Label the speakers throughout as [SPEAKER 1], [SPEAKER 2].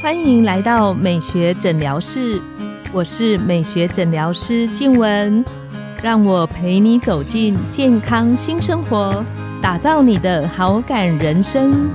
[SPEAKER 1] 欢迎来到美学诊疗室，我是美学诊疗师静雯，让我陪你走进健康新生活，打造你的好感人生。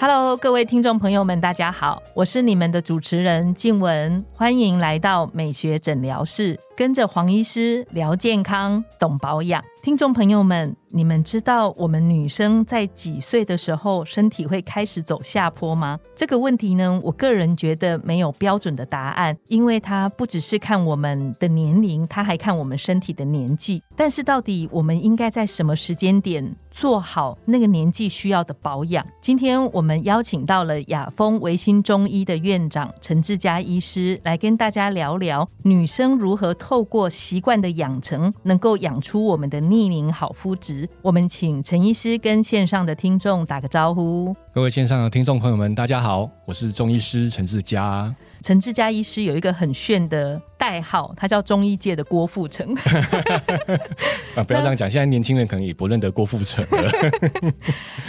[SPEAKER 1] Hello，各位听众朋友们，大家好，我是你们的主持人静雯，欢迎来到美学诊疗室，跟着黄医师聊健康、懂保养。听众朋友们，你们知道我们女生在几岁的时候身体会开始走下坡吗？这个问题呢，我个人觉得没有标准的答案，因为它不只是看我们的年龄，它还看我们身体的年纪。但是到底我们应该在什么时间点做好那个年纪需要的保养？今天我们邀请到了雅风维新中医的院长陈志佳医师来跟大家聊聊女生如何透过习惯的养成，能够养出我们的逆龄好肤质。我们请陈医师跟线上的听众打个招呼。
[SPEAKER 2] 各位线上的听众朋友们，大家好，我是中医师陈志佳。
[SPEAKER 1] 陈志佳医师有一个很炫的代号，他叫中医界的郭富城。
[SPEAKER 2] 啊，不要这样讲，现在年轻人可能也不认得郭富城了。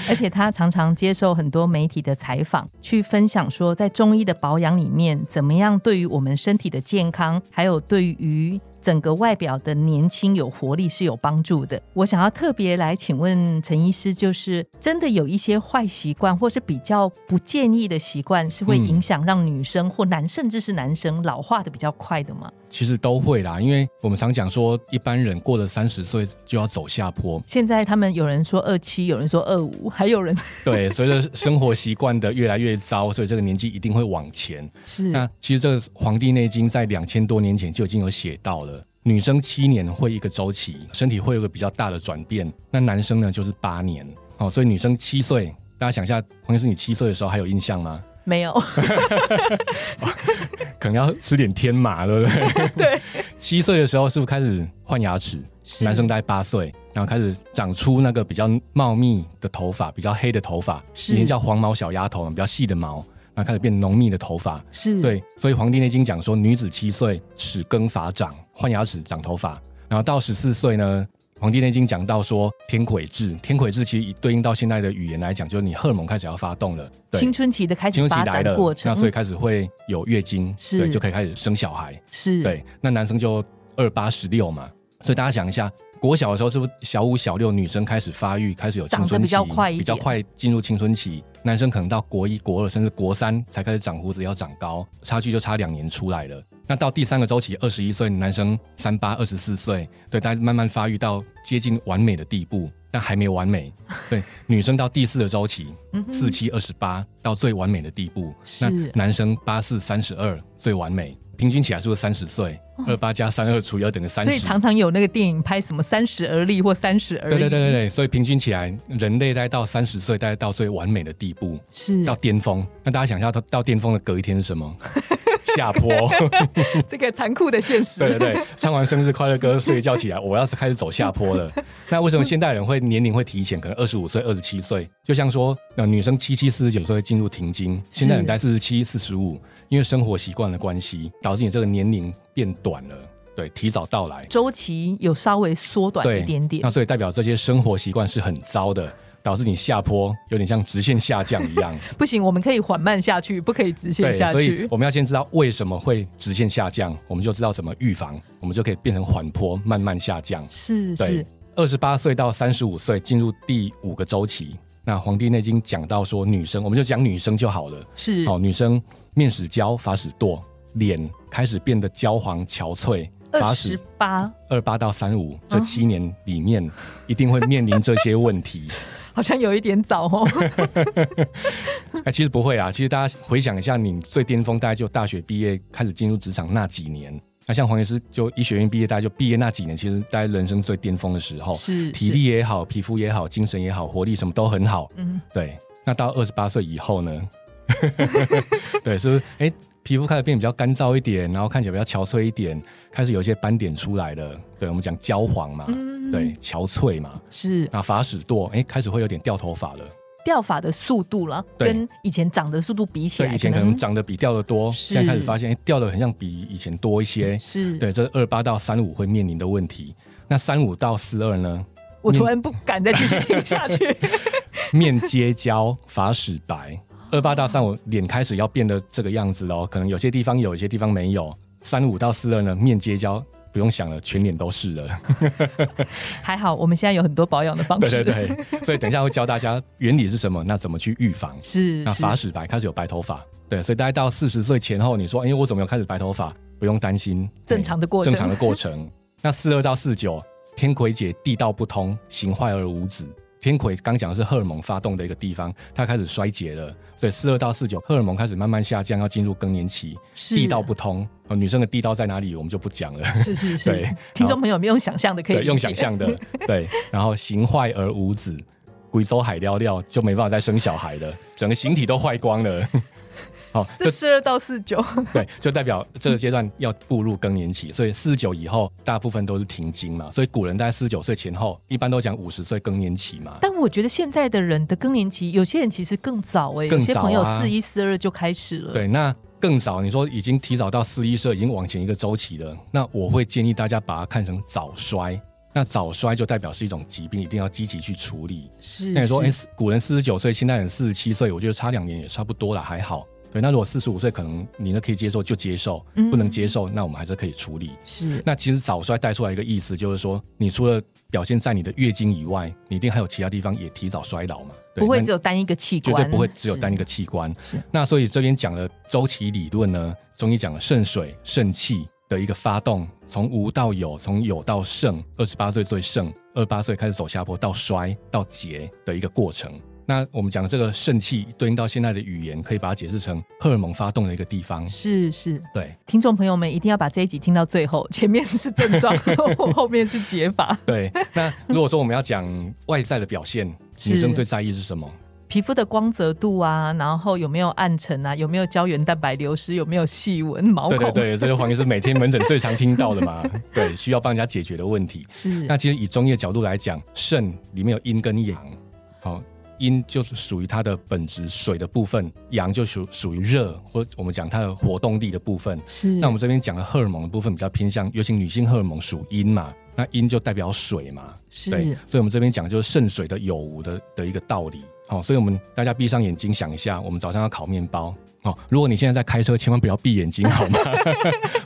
[SPEAKER 1] 而且他常常接受很多媒体的采访，去分享说，在中医的保养里面，怎么样对于我们身体的健康，还有对于整个外表的年轻有活力是有帮助的。我想要特别来请问陈医师，就是真的有一些坏习惯，或是比较不建议的习惯，是
[SPEAKER 2] 嗯
[SPEAKER 1] 会影响让女生或男，甚至是男生老化的比较快的吗？
[SPEAKER 2] 其实都会啦，因为我们常讲说，一般人过了三十岁就要走下坡。
[SPEAKER 1] 现在他们有人说二七，有人说二五，还有人
[SPEAKER 2] 对，随着生活习惯的越来越糟，所以这个年纪一定会往前。
[SPEAKER 1] 是
[SPEAKER 2] 那其实这个《黄帝内经》在两千多年前就已经有写到了，女生七年会一个周期，身体会有个比较大的转变。那男生呢，就是八年。哦，所以女生七岁，大家想一下，黄医师，你七岁的时候还有印象吗？
[SPEAKER 1] 没 有
[SPEAKER 2] 可能要吃点天麻，对 不对？对。七岁的时候是不是开始换牙齿？
[SPEAKER 1] 是
[SPEAKER 2] 男生大概八岁，然后开始长出那个比较茂密的头发，比较黑的头发，
[SPEAKER 1] 是
[SPEAKER 2] 以前叫黄毛小丫头，比较细的毛，然后开始变浓密的头发。
[SPEAKER 1] 是
[SPEAKER 2] 对，所以《黄帝内经》讲说，女子七岁，齿更发长，换牙齿、长头发，然后到十四岁呢，《黄帝内经》讲到说天癸至，天癸至其实对应到现在的语言来讲，就是你荷尔蒙开始要发动了，对
[SPEAKER 1] 青春期的开
[SPEAKER 2] 青
[SPEAKER 1] 始
[SPEAKER 2] 春
[SPEAKER 1] 发
[SPEAKER 2] 期来
[SPEAKER 1] 展
[SPEAKER 2] 了
[SPEAKER 1] 过，程，
[SPEAKER 2] 那所以开始会有月经，
[SPEAKER 1] 是
[SPEAKER 2] 对，就可以开始生小孩。
[SPEAKER 1] 是，
[SPEAKER 2] 对，那男生就二八十六嘛，所以大家想一下，国小的时候是不是小五小六女生开始发育，开始有青
[SPEAKER 1] 长
[SPEAKER 2] 春
[SPEAKER 1] 得
[SPEAKER 2] 期，
[SPEAKER 1] 比较快一点
[SPEAKER 2] 比较快进入青春期，男生可能到国一国二甚至国三才开始长胡子，要长高，差距就差两年出来了。那到第三个周期，二十一岁，男生三八二十四岁，对，大家慢慢发育到接近完美的地步，但还没完美。 对，女生到第四个周期，四七二十八到最完美的地步，
[SPEAKER 1] 嗯是
[SPEAKER 2] 那男生八四三十二最完美，平均起来是不是三十岁？二八加三二除以二等于三
[SPEAKER 1] 哦所以
[SPEAKER 2] 十。
[SPEAKER 1] 常常有那个电影拍什么三十而立或三十而立，
[SPEAKER 2] 对对对对对，所以平均起来，人类大概到三十岁，大概到最完美的地步，
[SPEAKER 1] 是
[SPEAKER 2] 到巅峰。那大家想一下，到到巅峰的隔一天是 什么？下坡。
[SPEAKER 1] 这个残酷的现 实。
[SPEAKER 2] 对对对，唱完生日快乐歌，睡一觉起来，我要是开始走下坡 了。那为什么现代人会年龄会提前？可能二十五岁、二十七岁，就像说，呃，女生七七四十九岁会进入停经，现代人在四十七、四十五，因为生活习惯的关系，导致你这个年龄变短了，对，提早到来，
[SPEAKER 1] 周期有稍微缩短
[SPEAKER 2] 对，
[SPEAKER 1] 一点点
[SPEAKER 2] 那，所以代表这些生活习惯是很糟的。导致你下坡有点像直线下降一 样，
[SPEAKER 1] 不行，我们可以缓慢下去，不可以直
[SPEAKER 2] 对，
[SPEAKER 1] 线下
[SPEAKER 2] 所以
[SPEAKER 1] 去。
[SPEAKER 2] 我们要先知道为什么会直线下降，我们就知道怎么预防，我们就可以变成缓坡，慢慢下降。
[SPEAKER 1] 是
[SPEAKER 2] 对
[SPEAKER 1] 是，，
[SPEAKER 2] 二十八岁到三十五岁进入第五个周期。那《黄帝内经》讲到说，女生我们就讲女生就好了。哦
[SPEAKER 1] 是
[SPEAKER 2] 好、女生面始焦，发始堕，脸开始变得焦黄憔悴，发
[SPEAKER 1] 二
[SPEAKER 2] 始
[SPEAKER 1] 十哦八，
[SPEAKER 2] 二八到三五这七年里面，一定会面临这些问 题。
[SPEAKER 1] 好像有一点早哦。
[SPEAKER 2] 哎，其实不会啊，其实大家回想一下，你最巅峰大概就大学毕业开始进入职场那几年。那像黄医师就医学院毕业，大家就毕业那几年，其实大家人生最巅峰的时候，
[SPEAKER 1] 是
[SPEAKER 2] 体力也好，皮肤也好，精神也好，活力什么都很好。
[SPEAKER 1] 嗯
[SPEAKER 2] 嗯，对。那到二十八岁以后呢？ 对，是不是？哎、皮肤开始变比较干燥一点，然后看起来比较憔悴一点，开始有一些斑点出来了。对，我们讲焦黄嘛，
[SPEAKER 1] 嗯
[SPEAKER 2] 对，憔悴嘛。
[SPEAKER 1] 是
[SPEAKER 2] 那发始堕，哎、开始会有点掉头发了。
[SPEAKER 1] 掉发的速度了，
[SPEAKER 2] 对
[SPEAKER 1] 跟以前长的速度比起
[SPEAKER 2] 对，
[SPEAKER 1] 来，
[SPEAKER 2] 以前可能长得比掉的多，
[SPEAKER 1] 是
[SPEAKER 2] 现在开始发现，哎、掉的很像比以前多一些。
[SPEAKER 1] 是
[SPEAKER 2] 对，这二八到三五会面临的问题。那三五到四二呢？
[SPEAKER 1] 我突然不敢再继续听下去。
[SPEAKER 2] 面接胶，发始白。二八到三五，脸开始要变得这个样子喽，可能有些地方有，有些地方没有。三五到四二呢，面接胶不用想了，全脸都 是了。
[SPEAKER 1] 还好我们现在有很多保养的方
[SPEAKER 2] 对
[SPEAKER 1] 式，
[SPEAKER 2] 对对，所以等一下会教大家原理是什么，那怎么去预防。
[SPEAKER 1] 是
[SPEAKER 2] 那
[SPEAKER 1] 是
[SPEAKER 2] 发始白开始有白头发，对，所以大概到四十岁前后，你说，哎、我怎么有开始白头发？不用担心，
[SPEAKER 1] 正常的过程
[SPEAKER 2] 正常的过 程。那四二到四九，天魁解地道不通，形坏而无子。天魁刚讲的是荷尔蒙发动的一个地方，它开始衰竭了，所以四二到四九，荷尔蒙开始慢慢下降，要进入更年期，
[SPEAKER 1] 是
[SPEAKER 2] 地道不通。呃女生的地道在哪里，我们就不讲了。
[SPEAKER 1] 是是
[SPEAKER 2] 对
[SPEAKER 1] 是，听众朋友们用想象的可以
[SPEAKER 2] 对，用
[SPEAKER 1] 理解
[SPEAKER 2] 想象 的，对，然后形坏而无子，贵州海料料就没办法再生小孩了，整个形体都坏光了。 哦好，
[SPEAKER 1] 这十二到四 九，
[SPEAKER 2] 对，就代表这个阶段要步入更年期，所以四九以后大部分都是停经嘛，所以古人在四九岁前后，一般都讲五十岁更年期嘛。
[SPEAKER 1] 但我觉得现在的人的更年期，有些人其实更早哎、
[SPEAKER 2] 更
[SPEAKER 1] 有些
[SPEAKER 2] 早啊
[SPEAKER 1] 朋友四一四二就开始了。，
[SPEAKER 2] 对，那更早你说已经提早到四一社，已经往前一个周期了，那我会建议大家把它看成早衰。那早衰就代表是一种疾病，一定要积极去处理。
[SPEAKER 1] 是。
[SPEAKER 2] 那你说，哎、
[SPEAKER 1] 嗯是
[SPEAKER 2] 古人四十九岁，现代人四十七岁，我觉得差两年也差不多了，还好。对，那如果四十五岁，可能你呢可以接受就接受，不能接受，那我们还是可以处理。
[SPEAKER 1] 是
[SPEAKER 2] 那其实早衰带出来一个意思，就是说，你除了表现在你的月经以外，你一定还有其他地方也提早衰老嘛，对
[SPEAKER 1] 不会
[SPEAKER 2] 那
[SPEAKER 1] 只有单一个器
[SPEAKER 2] 绝
[SPEAKER 1] 官，
[SPEAKER 2] 对不会只有单一
[SPEAKER 1] 个。
[SPEAKER 2] 个器官。
[SPEAKER 1] 是
[SPEAKER 2] 那所以这边讲的周期理论呢，中医讲了肾水、肾气的一个发动，从无到有，从有到盛，二十八岁最盛，二十八岁开始走下坡到衰到竭的一个过程。那我们讲这个肾气对应到现在的语言，可以把它解释成荷尔蒙发动的一个地方。
[SPEAKER 1] 是是，
[SPEAKER 2] 对
[SPEAKER 1] 听众朋友们一定要把这一集听到最后， 前面是症 状，后面是解法。
[SPEAKER 2] 对，那如果说我们要讲外在的表现，
[SPEAKER 1] 是
[SPEAKER 2] 女生最在意是什么？
[SPEAKER 1] 皮肤的光泽度啊，然后有没有暗沉啊，有没有胶原蛋白流失，有没有细纹、毛
[SPEAKER 2] 对
[SPEAKER 1] 孔，
[SPEAKER 2] 对对，这个黄医师每天门诊最常听到的嘛， 对，需要帮人家解决的问题。
[SPEAKER 1] 是
[SPEAKER 2] 那其实以中医的角度来讲，肾里面有阴跟阳，好、阴就是属于它的本质水的部分，阳就属属于热，或我们讲它的活动力的部分。
[SPEAKER 1] 是。
[SPEAKER 2] 那我们这边讲的荷尔蒙的部分比较偏向，尤其女性荷尔蒙属阴嘛，那阴就代表水嘛，对，
[SPEAKER 1] 是
[SPEAKER 2] 所以我们这边讲就是肾水的有无的的一个道理。好、所以我们大家闭上眼睛想一下，我们早上要烤面包。哦，如果你现在在开车，千万不要闭眼睛，好吗？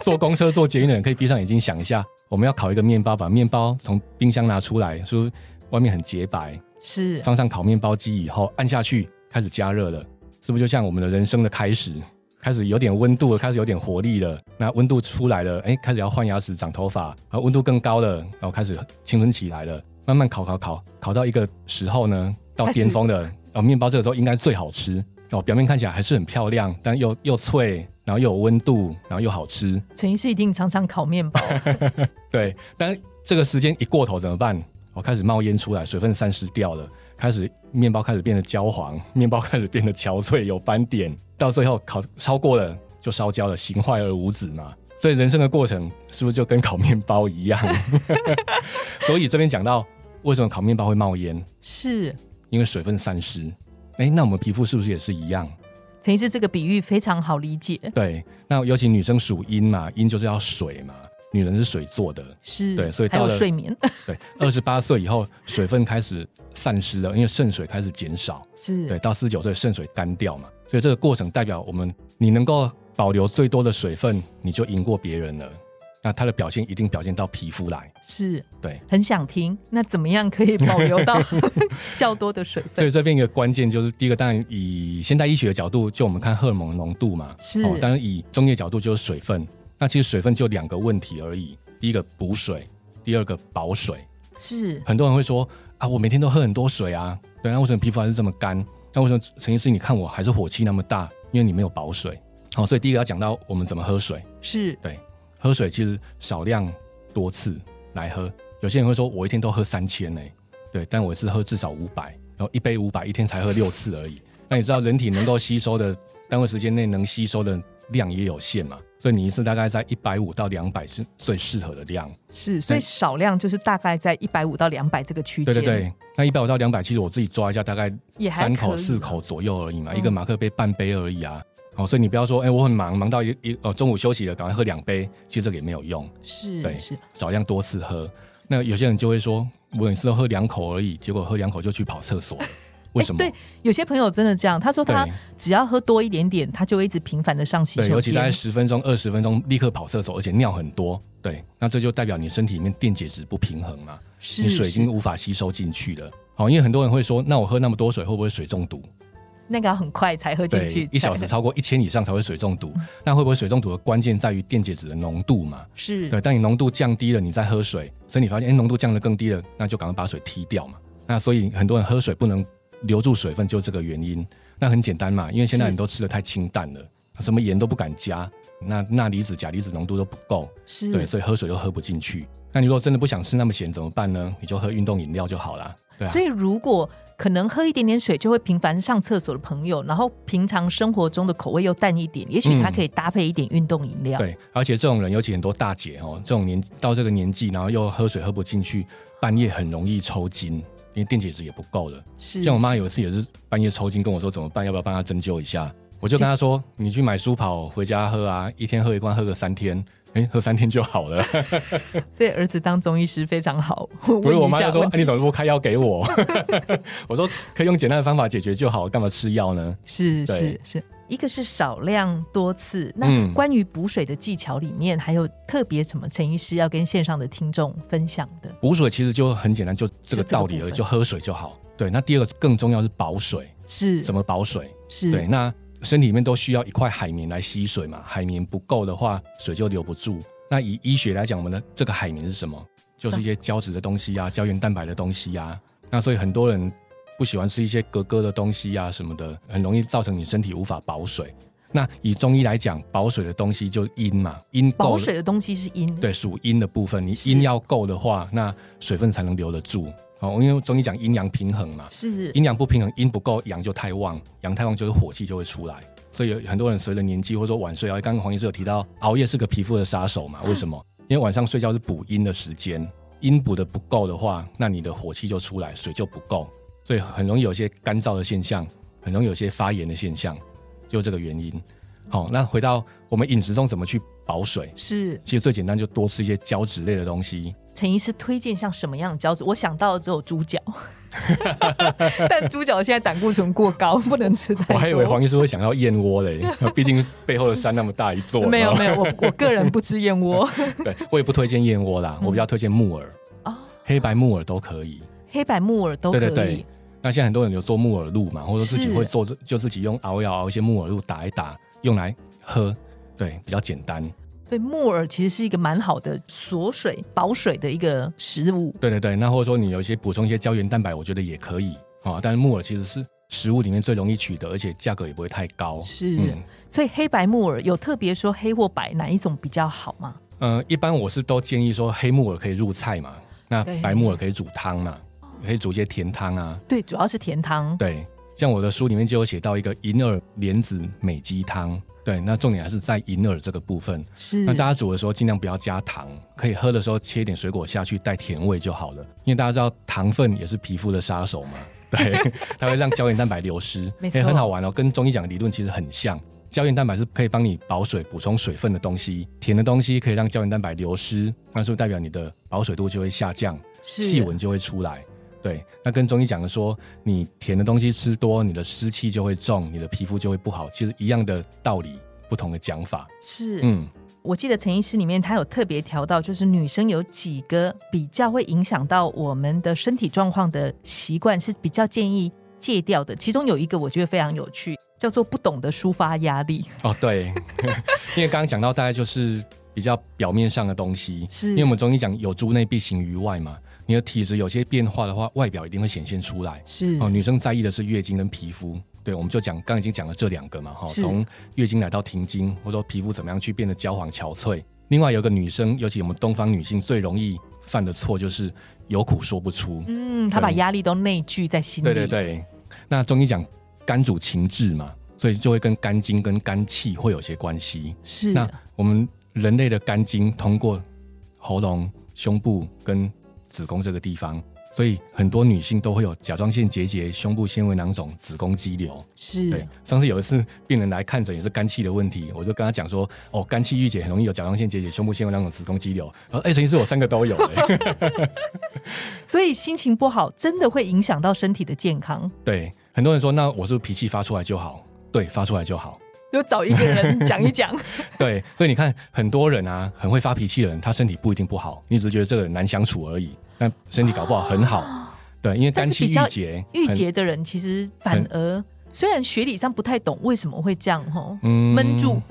[SPEAKER 2] 坐公车、坐捷运的人可以闭上眼睛想一下，我们要烤一个面包，把面包从冰箱拿出来，是不是外面很洁白？
[SPEAKER 1] 是
[SPEAKER 2] 放上烤面包机以后，按下去开始加热了，是不是就像我们的人生的开始？开始有点温度了，开始有点活力了。那温度出来了，哎，开始要换牙齿、长头发，然后温度更高了，然后开始青春期来了。慢慢烤烤烤，烤到一个时候呢，到
[SPEAKER 1] 开始
[SPEAKER 2] 巅峰了。哦，面包这个时候应该最好吃哦，表面看起来还是很漂亮，但又又脆，然后又有温度，然后又好吃。
[SPEAKER 1] 陈医师一定常常烤面包，
[SPEAKER 2] 对，但这个时间一过头怎么办？我开始冒烟出来，水分散失掉了，开始面包开始变得焦黄， 面包开始变得憔悴，有斑点，到最后烤超过了就烧焦了，形坏而无子嘛。所以人生的过程是不是就跟烤面包一样？ 所以这边讲到为什么烤面包会冒烟，
[SPEAKER 1] 是
[SPEAKER 2] 因为水分散失。哎，那我们皮肤是不是也是一样？
[SPEAKER 1] 陈医师这个比喻非常好理解，
[SPEAKER 2] 对，那尤其女生属阴嘛，阴就是要水嘛，女人是水做的，
[SPEAKER 1] 是
[SPEAKER 2] 对所以
[SPEAKER 1] 还
[SPEAKER 2] 到
[SPEAKER 1] 有
[SPEAKER 2] 了
[SPEAKER 1] 睡眠
[SPEAKER 2] 对，二十八岁以后水分开始散失了，因为肾水开始减少。
[SPEAKER 1] 是
[SPEAKER 2] 对，到四十九岁肾水干掉嘛，所以这个过程代表我们你能够保留最多的水分，你就赢过别人了。那它的表现一定表现到皮肤来。
[SPEAKER 1] 是
[SPEAKER 2] 对，
[SPEAKER 1] 很想听。那怎么样可以保留 到较多的水
[SPEAKER 2] 所
[SPEAKER 1] 分？
[SPEAKER 2] 以这边一个关键就是，第一个当然以现代医学的角度，就我们看荷尔蒙浓度嘛，
[SPEAKER 1] 是
[SPEAKER 2] 哦当然以中医的角度就是水分。那其实水分就两个问题而已，第一个补水，第二个保水。
[SPEAKER 1] 是
[SPEAKER 2] 很多人会说啊，我每天都喝很多水啊，对，那为什么皮肤还是这么干？那为什么陈医师你看我还是火气那么大？因为你没有保水。好、所以第一个要讲到我们怎么喝水。
[SPEAKER 1] 是
[SPEAKER 2] 对，喝水其实少量多次来喝。有些人会说，我一天都喝三千呢，对，但我是喝至少五百，然后一杯五百，一天才喝六次而已。那你知道人体能够吸收的单位时间内能吸收的量也有限嘛？所以你一次大概在一百五到两百是最适合的量。
[SPEAKER 1] 是，所以
[SPEAKER 2] 对
[SPEAKER 1] 少量就是大概在一百五到两百这个区
[SPEAKER 2] 对
[SPEAKER 1] 间。
[SPEAKER 2] 对对，那一百五到两百，其实我自己抓一下，大概
[SPEAKER 1] 也还
[SPEAKER 2] 三
[SPEAKER 1] 可
[SPEAKER 2] 口
[SPEAKER 1] 以
[SPEAKER 2] 四
[SPEAKER 1] 嘛
[SPEAKER 2] 口左右而已嘛，
[SPEAKER 1] 嗯
[SPEAKER 2] 一个马克杯半杯而已啊。哦，所以你不要说，哎、我很忙，忙到一一呃中午休息了，赶快喝两杯，其实这个也没有用，
[SPEAKER 1] 是
[SPEAKER 2] 对
[SPEAKER 1] 是
[SPEAKER 2] 少量多次喝。那有些人就会说，我也是喝两口而已，结果喝两口就去跑 厕所了，为什么？
[SPEAKER 1] 对，有些朋友真的这样，他说他
[SPEAKER 2] 对
[SPEAKER 1] 只哎要喝多一点点，他就会一直频繁的上洗
[SPEAKER 2] 对，
[SPEAKER 1] 手
[SPEAKER 2] 尤其大概
[SPEAKER 1] 间。
[SPEAKER 2] 十分钟、二十分钟立刻跑厕所，而且尿很多。对，那这就代表你身体里面电解质不平衡嘛，
[SPEAKER 1] 是
[SPEAKER 2] 你水已经
[SPEAKER 1] 是
[SPEAKER 2] 无法吸收进去了。好，因为很多人会说，那我喝那么多水会不会水中毒？
[SPEAKER 1] 那个要很快才喝进去
[SPEAKER 2] 对，，一小时超过一千以上才会水中毒。那会不会水中毒的关键在于电解质的浓度嘛？
[SPEAKER 1] 是
[SPEAKER 2] 对，当你浓度降低了，你再喝水，所以你发现哎，浓度降得更低了，那就赶快把水踢掉嘛。那所以很多人喝水不能留住水分，就这个原因。那很简单嘛，因为现在
[SPEAKER 1] 是
[SPEAKER 2] 人都吃的太清淡了，什么盐都不敢加，那钠离子、钾离子浓度都不够，
[SPEAKER 1] 是
[SPEAKER 2] 对，所以喝水都喝不进去。那你如果真的不想吃那么咸怎么办呢？你就喝运动饮料就好啦。对啊
[SPEAKER 1] 所，以如果可能喝一点点水就会频繁上厕所的朋友，然后平常生活中的口味又淡一点，也许他
[SPEAKER 2] 嗯
[SPEAKER 1] 可以搭配一点运动饮料。
[SPEAKER 2] 对，而且这种人，尤其很多大姐哦，这种年到这个年纪，然后又喝水喝不进去，半夜很容易抽筋，因为电解质也不够了。
[SPEAKER 1] 是
[SPEAKER 2] 像我妈有一次也是半夜抽筋，跟我说怎么办，要不要帮她针灸一下？我就跟她说，你去买舒跑回家喝啊，一天喝一罐，喝个三天，哎、喝三天就 好了。
[SPEAKER 1] 所以儿子当中医师非常好。
[SPEAKER 2] 不
[SPEAKER 1] 不
[SPEAKER 2] 是我妈就说，哎、你怎么不开药给我？ 我说可以用简单的方法解决就好，干嘛吃药呢？
[SPEAKER 1] 是
[SPEAKER 2] 对
[SPEAKER 1] 是是，一个是少量多次。那
[SPEAKER 2] 嗯
[SPEAKER 1] 关于补水的技巧里面，还有特别什么陈医师要跟线上的听众分享的？
[SPEAKER 2] 补水其实就很简单，就这
[SPEAKER 1] 就这个
[SPEAKER 2] 个道理
[SPEAKER 1] 部
[SPEAKER 2] 而已，
[SPEAKER 1] 分
[SPEAKER 2] 就喝水就好。对，那第二个更重要是保水，
[SPEAKER 1] 是
[SPEAKER 2] 怎么保水？
[SPEAKER 1] 是
[SPEAKER 2] 对，那身体里面都需要一块海绵来吸水嘛，海绵不够的话，水就留不住。那以医学来讲，我们的这个海绵是什么？就是一些胶质的东西啊，胶原蛋白的东西啊。那所以很多人不喜欢吃一些格格的东西啊什么的，很容易造成你身体无法保水。那以中医来讲，保水的东西就阴嘛，阴够
[SPEAKER 1] 保
[SPEAKER 2] 了
[SPEAKER 1] 水的东西是阴，
[SPEAKER 2] 对，属阴的部分，你
[SPEAKER 1] 是
[SPEAKER 2] 阴要够的话，那水分才能留得住。哦，因为中医讲阴阳平衡嘛，
[SPEAKER 1] 是
[SPEAKER 2] 阴阳不平衡，阴不够，阳就太旺，阳太旺就是火气就会出来。所以有很多人随着年纪或者说晚睡啊，刚刚黄医师有提到，熬夜是个皮肤的杀手嘛？为什么？因为晚上睡觉是补阴的时间，阴补的不够的话，那你的火气就出来，水就不够，所以很容易有一些干燥的现象，很容易有一些发炎的现象，就这个原因。好、那回到我们饮食中怎么去保水？
[SPEAKER 1] 是。
[SPEAKER 2] 其实最简单就多吃一些胶质类的东西，
[SPEAKER 1] 陈医师推荐像什么样的胶质？我想到的只有猪脚， 但猪脚现在胆固醇过高，不能吃太多。
[SPEAKER 2] 我还以为黄医师会想要燕窝嘞，毕竟背后的山那么大一座。
[SPEAKER 1] 没有
[SPEAKER 2] 然后
[SPEAKER 1] 没有，我我个人不吃燕窝
[SPEAKER 2] 对我也不推荐燕窝啦，我比较推荐木耳，
[SPEAKER 1] 嗯哦
[SPEAKER 2] 黑白木耳都可以。
[SPEAKER 1] 黑白木耳都可以。
[SPEAKER 2] 对对对。那现在很多人有做木耳露嘛，或者自己
[SPEAKER 1] 是
[SPEAKER 2] 会做，就自己用熬一熬一些木耳露打一打，用来喝，对，比较简单。
[SPEAKER 1] 对木耳其实是一个蛮好的锁水、保水的一个食物。
[SPEAKER 2] 对对对，那或者说你有一些补充一些胶原蛋白，我觉得也可以啊、但是木耳其实是食物里面最容易取得，而且价格也不会太高。
[SPEAKER 1] 是，
[SPEAKER 2] 嗯
[SPEAKER 1] 所以黑白木耳有特别说黑或白哪一种比较好吗？
[SPEAKER 2] 呃，一般我是都建议说黑木耳可以入菜嘛，那
[SPEAKER 1] 对
[SPEAKER 2] 白木耳可以煮汤嘛，可以煮一些甜汤啊。
[SPEAKER 1] 对，主要是甜汤。
[SPEAKER 2] 对，像我的书里面就有写到一个银耳莲子美鸡汤。对，那重点还是在银耳这个部分。
[SPEAKER 1] 是
[SPEAKER 2] 那大家煮的时候尽量不要加糖，可以喝的时候切一点水果下去带甜味就好了。因为大家知道糖分也是皮肤的杀手嘛， 对，它会让胶原蛋白流失，
[SPEAKER 1] 没
[SPEAKER 2] 也
[SPEAKER 1] 错
[SPEAKER 2] 很好玩哦，跟中医讲的理论其实很像。胶原蛋白是可以帮你保水、补充水分的东西，甜的东西可以让胶原蛋白流失，那是不是代表你的保水度就会下降？
[SPEAKER 1] 是
[SPEAKER 2] 细纹就会出来。对，那跟中医讲的说，你甜的东西吃多，你的湿气就会重，你的皮肤就会不好，其实一样的道理，不同的讲法。
[SPEAKER 1] 是，
[SPEAKER 2] 嗯，
[SPEAKER 1] 我记得陈医师里面他有特别调到，就是女生有几个比较会影响到我们的身体状况的习惯是比较建议戒掉的，其中有一个我觉得非常有趣，叫做不懂得抒发压力。
[SPEAKER 2] 哦，对， 因为刚刚讲到大概就是比较表面上的东西，
[SPEAKER 1] 是
[SPEAKER 2] 因为我们中医讲有诸内必行于外嘛，你的体质有些变化的话，外表一定会显现出来。
[SPEAKER 1] 是
[SPEAKER 2] 哦，女生在意的是月经跟皮肤。对，我们就讲，刚刚已经讲了这两个嘛，哈、
[SPEAKER 1] 是
[SPEAKER 2] 从月经来到停经，或者说皮肤怎么样去变得焦黄憔悴。另外有个女生，尤其我们东方女性最容易犯的错就是有苦说不出。
[SPEAKER 1] 嗯，他把
[SPEAKER 2] 对
[SPEAKER 1] 压力都内聚在心里。
[SPEAKER 2] 对对对，那中医讲肝主情志嘛，所以就会跟肝经跟肝气会有些关系。
[SPEAKER 1] 是
[SPEAKER 2] 那我们人类的肝经通过喉咙、胸部跟子宫这个地方，所以很多女性都会有甲状腺结节、胸部纤维囊肿、子宫肌瘤。对
[SPEAKER 1] 是，
[SPEAKER 2] 上次有一次病人来看诊也是肝气的问题，我就跟他讲说，哦，肝气郁结很容易有甲状腺结节、胸部纤维囊肿、子宫肌瘤。然后，哎、陈医师，我三个都有、 哎
[SPEAKER 1] 所以心情不好真的会影响到身体的健 康。
[SPEAKER 2] 对，很多人说，那我是不是脾气发出来就好？对，发出来就好。
[SPEAKER 1] 就找一个人讲一 讲，
[SPEAKER 2] 对，所以你看，很多人啊，很会发脾气的人，他身体不一定不好，你只是觉得这个人难相处而已，但身体搞不好很好。对，因为肝气郁
[SPEAKER 1] 哦但
[SPEAKER 2] 结，
[SPEAKER 1] 郁
[SPEAKER 2] 很
[SPEAKER 1] 结的人其实反而虽然学理上不太懂为什么会这样吼，
[SPEAKER 2] 嗯
[SPEAKER 1] 闷住。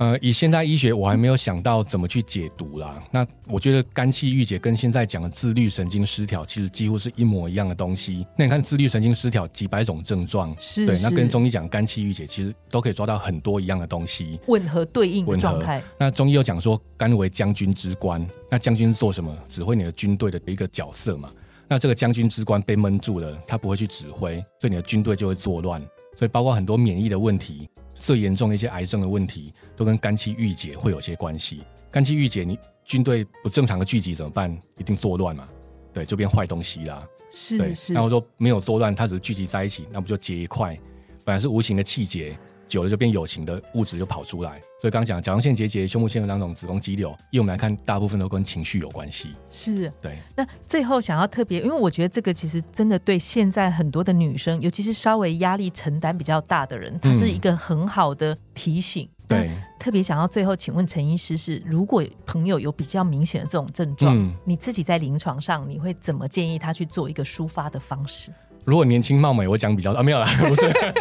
[SPEAKER 2] 呃，以现代医学，我还没有想到怎么去解读啦。那我觉得肝气郁结跟现在讲的自律神经失调，其实几乎是一模一样的东西。那你看自律神经失调几百种症状，
[SPEAKER 1] 是
[SPEAKER 2] 对，那
[SPEAKER 1] 是
[SPEAKER 2] 跟中医讲肝气郁结，其实都可以抓到很多一样的东西。
[SPEAKER 1] 吻合对应的
[SPEAKER 2] 吻合
[SPEAKER 1] 状态，
[SPEAKER 2] 那中医又讲说，肝为将军之官，那将军是做什么？指挥你的军队的一个角色嘛。那这个将军之官被闷住了，他不会去指挥，所以你的军队就会作乱。所以包括很多免疫的问题，最严重的一些癌症的问题，都跟肝气郁结会有些关系。肝气郁结，你军队不正常的聚集怎么办？一定作乱嘛，对，就变坏东西啦。对
[SPEAKER 1] 是，是
[SPEAKER 2] 然，后说没有作乱，它只是聚集在一起，那不就结一块？本来是无形的气结，久了就变有形的物质就跑出来。所以刚刚讲甲状腺结节、胸部腺有囊肿、子宫肌瘤，以我们来看，大部分都跟情绪有关系。
[SPEAKER 1] 是。
[SPEAKER 2] 对，
[SPEAKER 1] 那最后想要特别，因为我觉得这个其实真的对现在很多的女生，尤其是稍微压力承担比较大的人，它是一个很好的提醒。
[SPEAKER 2] 嗯对，
[SPEAKER 1] 特别想要最后请问陈医师是，如果朋友有比较明显的这种症状，
[SPEAKER 2] 嗯
[SPEAKER 1] 你自己在临床上你会怎么建议他去做一个抒发的方式？
[SPEAKER 2] 如果年轻貌美，我讲比较啊，没有啦，不是，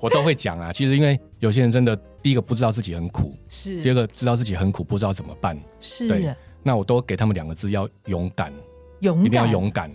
[SPEAKER 2] 我都会讲啊。其实因为有些人真的，第一个不知道自己很苦，第二
[SPEAKER 1] 是
[SPEAKER 2] 个知道自己很苦，不知道怎么办。
[SPEAKER 1] 是
[SPEAKER 2] 对那我都给他们两个字，要勇敢，
[SPEAKER 1] 勇
[SPEAKER 2] 一定要
[SPEAKER 1] 敢，
[SPEAKER 2] 勇敢。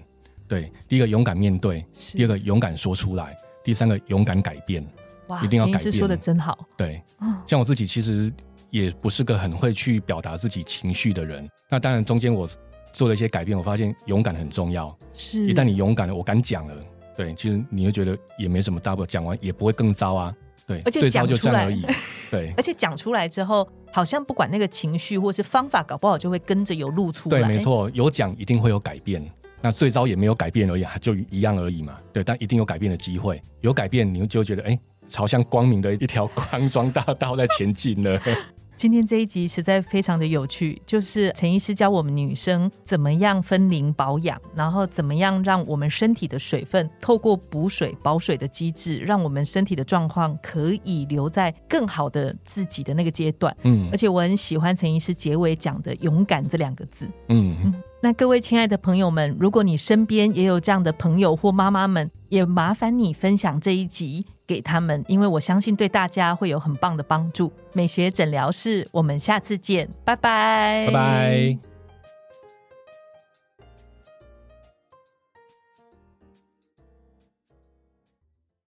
[SPEAKER 2] 对，第一个勇敢面对，
[SPEAKER 1] 是
[SPEAKER 2] 第二个勇敢说出来，第三个勇敢改变。
[SPEAKER 1] 哇，
[SPEAKER 2] 一定要
[SPEAKER 1] 陈医师
[SPEAKER 2] 改变
[SPEAKER 1] 说的真好，
[SPEAKER 2] 对
[SPEAKER 1] 嗯，
[SPEAKER 2] 像我自己其实也不是个很会去表达自己情绪的人。那当然，中间我做了一些改变，我发现勇敢很重要。
[SPEAKER 1] 是
[SPEAKER 2] 一旦你勇敢了，我敢讲了，对，其实你会觉得也没什么大不了，讲完也不会更糟啊。对，
[SPEAKER 1] 而且
[SPEAKER 2] 最糟
[SPEAKER 1] 讲
[SPEAKER 2] 就
[SPEAKER 1] 出
[SPEAKER 2] 这样
[SPEAKER 1] 来
[SPEAKER 2] 而已。 对
[SPEAKER 1] 而且讲出来之后，好像不管那个情绪或是方法，搞不好就会跟着有露出来。
[SPEAKER 2] 对，没。错，有讲一定会有改变。那最糟也没有改变而已啊，就一样而已嘛。对，但一定有改变的机会，有改变你就会觉得，哎、朝向光明的一条 康庄大道在前进了。
[SPEAKER 1] 今天这一集实在非常的有趣，就是陈医师教我们女生怎么样分龄保养，然后怎么样让我们身体的水分透过补水保水的机制，让我们身体的状况可以留在更好的自己的那个阶段。
[SPEAKER 2] 嗯
[SPEAKER 1] 而且我很喜欢陈医师结尾讲的“勇敢”这两个字，
[SPEAKER 2] 嗯，
[SPEAKER 1] 那各位亲爱的朋友们，如果你身边也有这样的朋友或妈妈们，也麻烦你分享这一集给他们，因为我相信对大家会有很棒的帮助。美学诊疗室，我们下次见，拜拜，
[SPEAKER 2] 拜拜。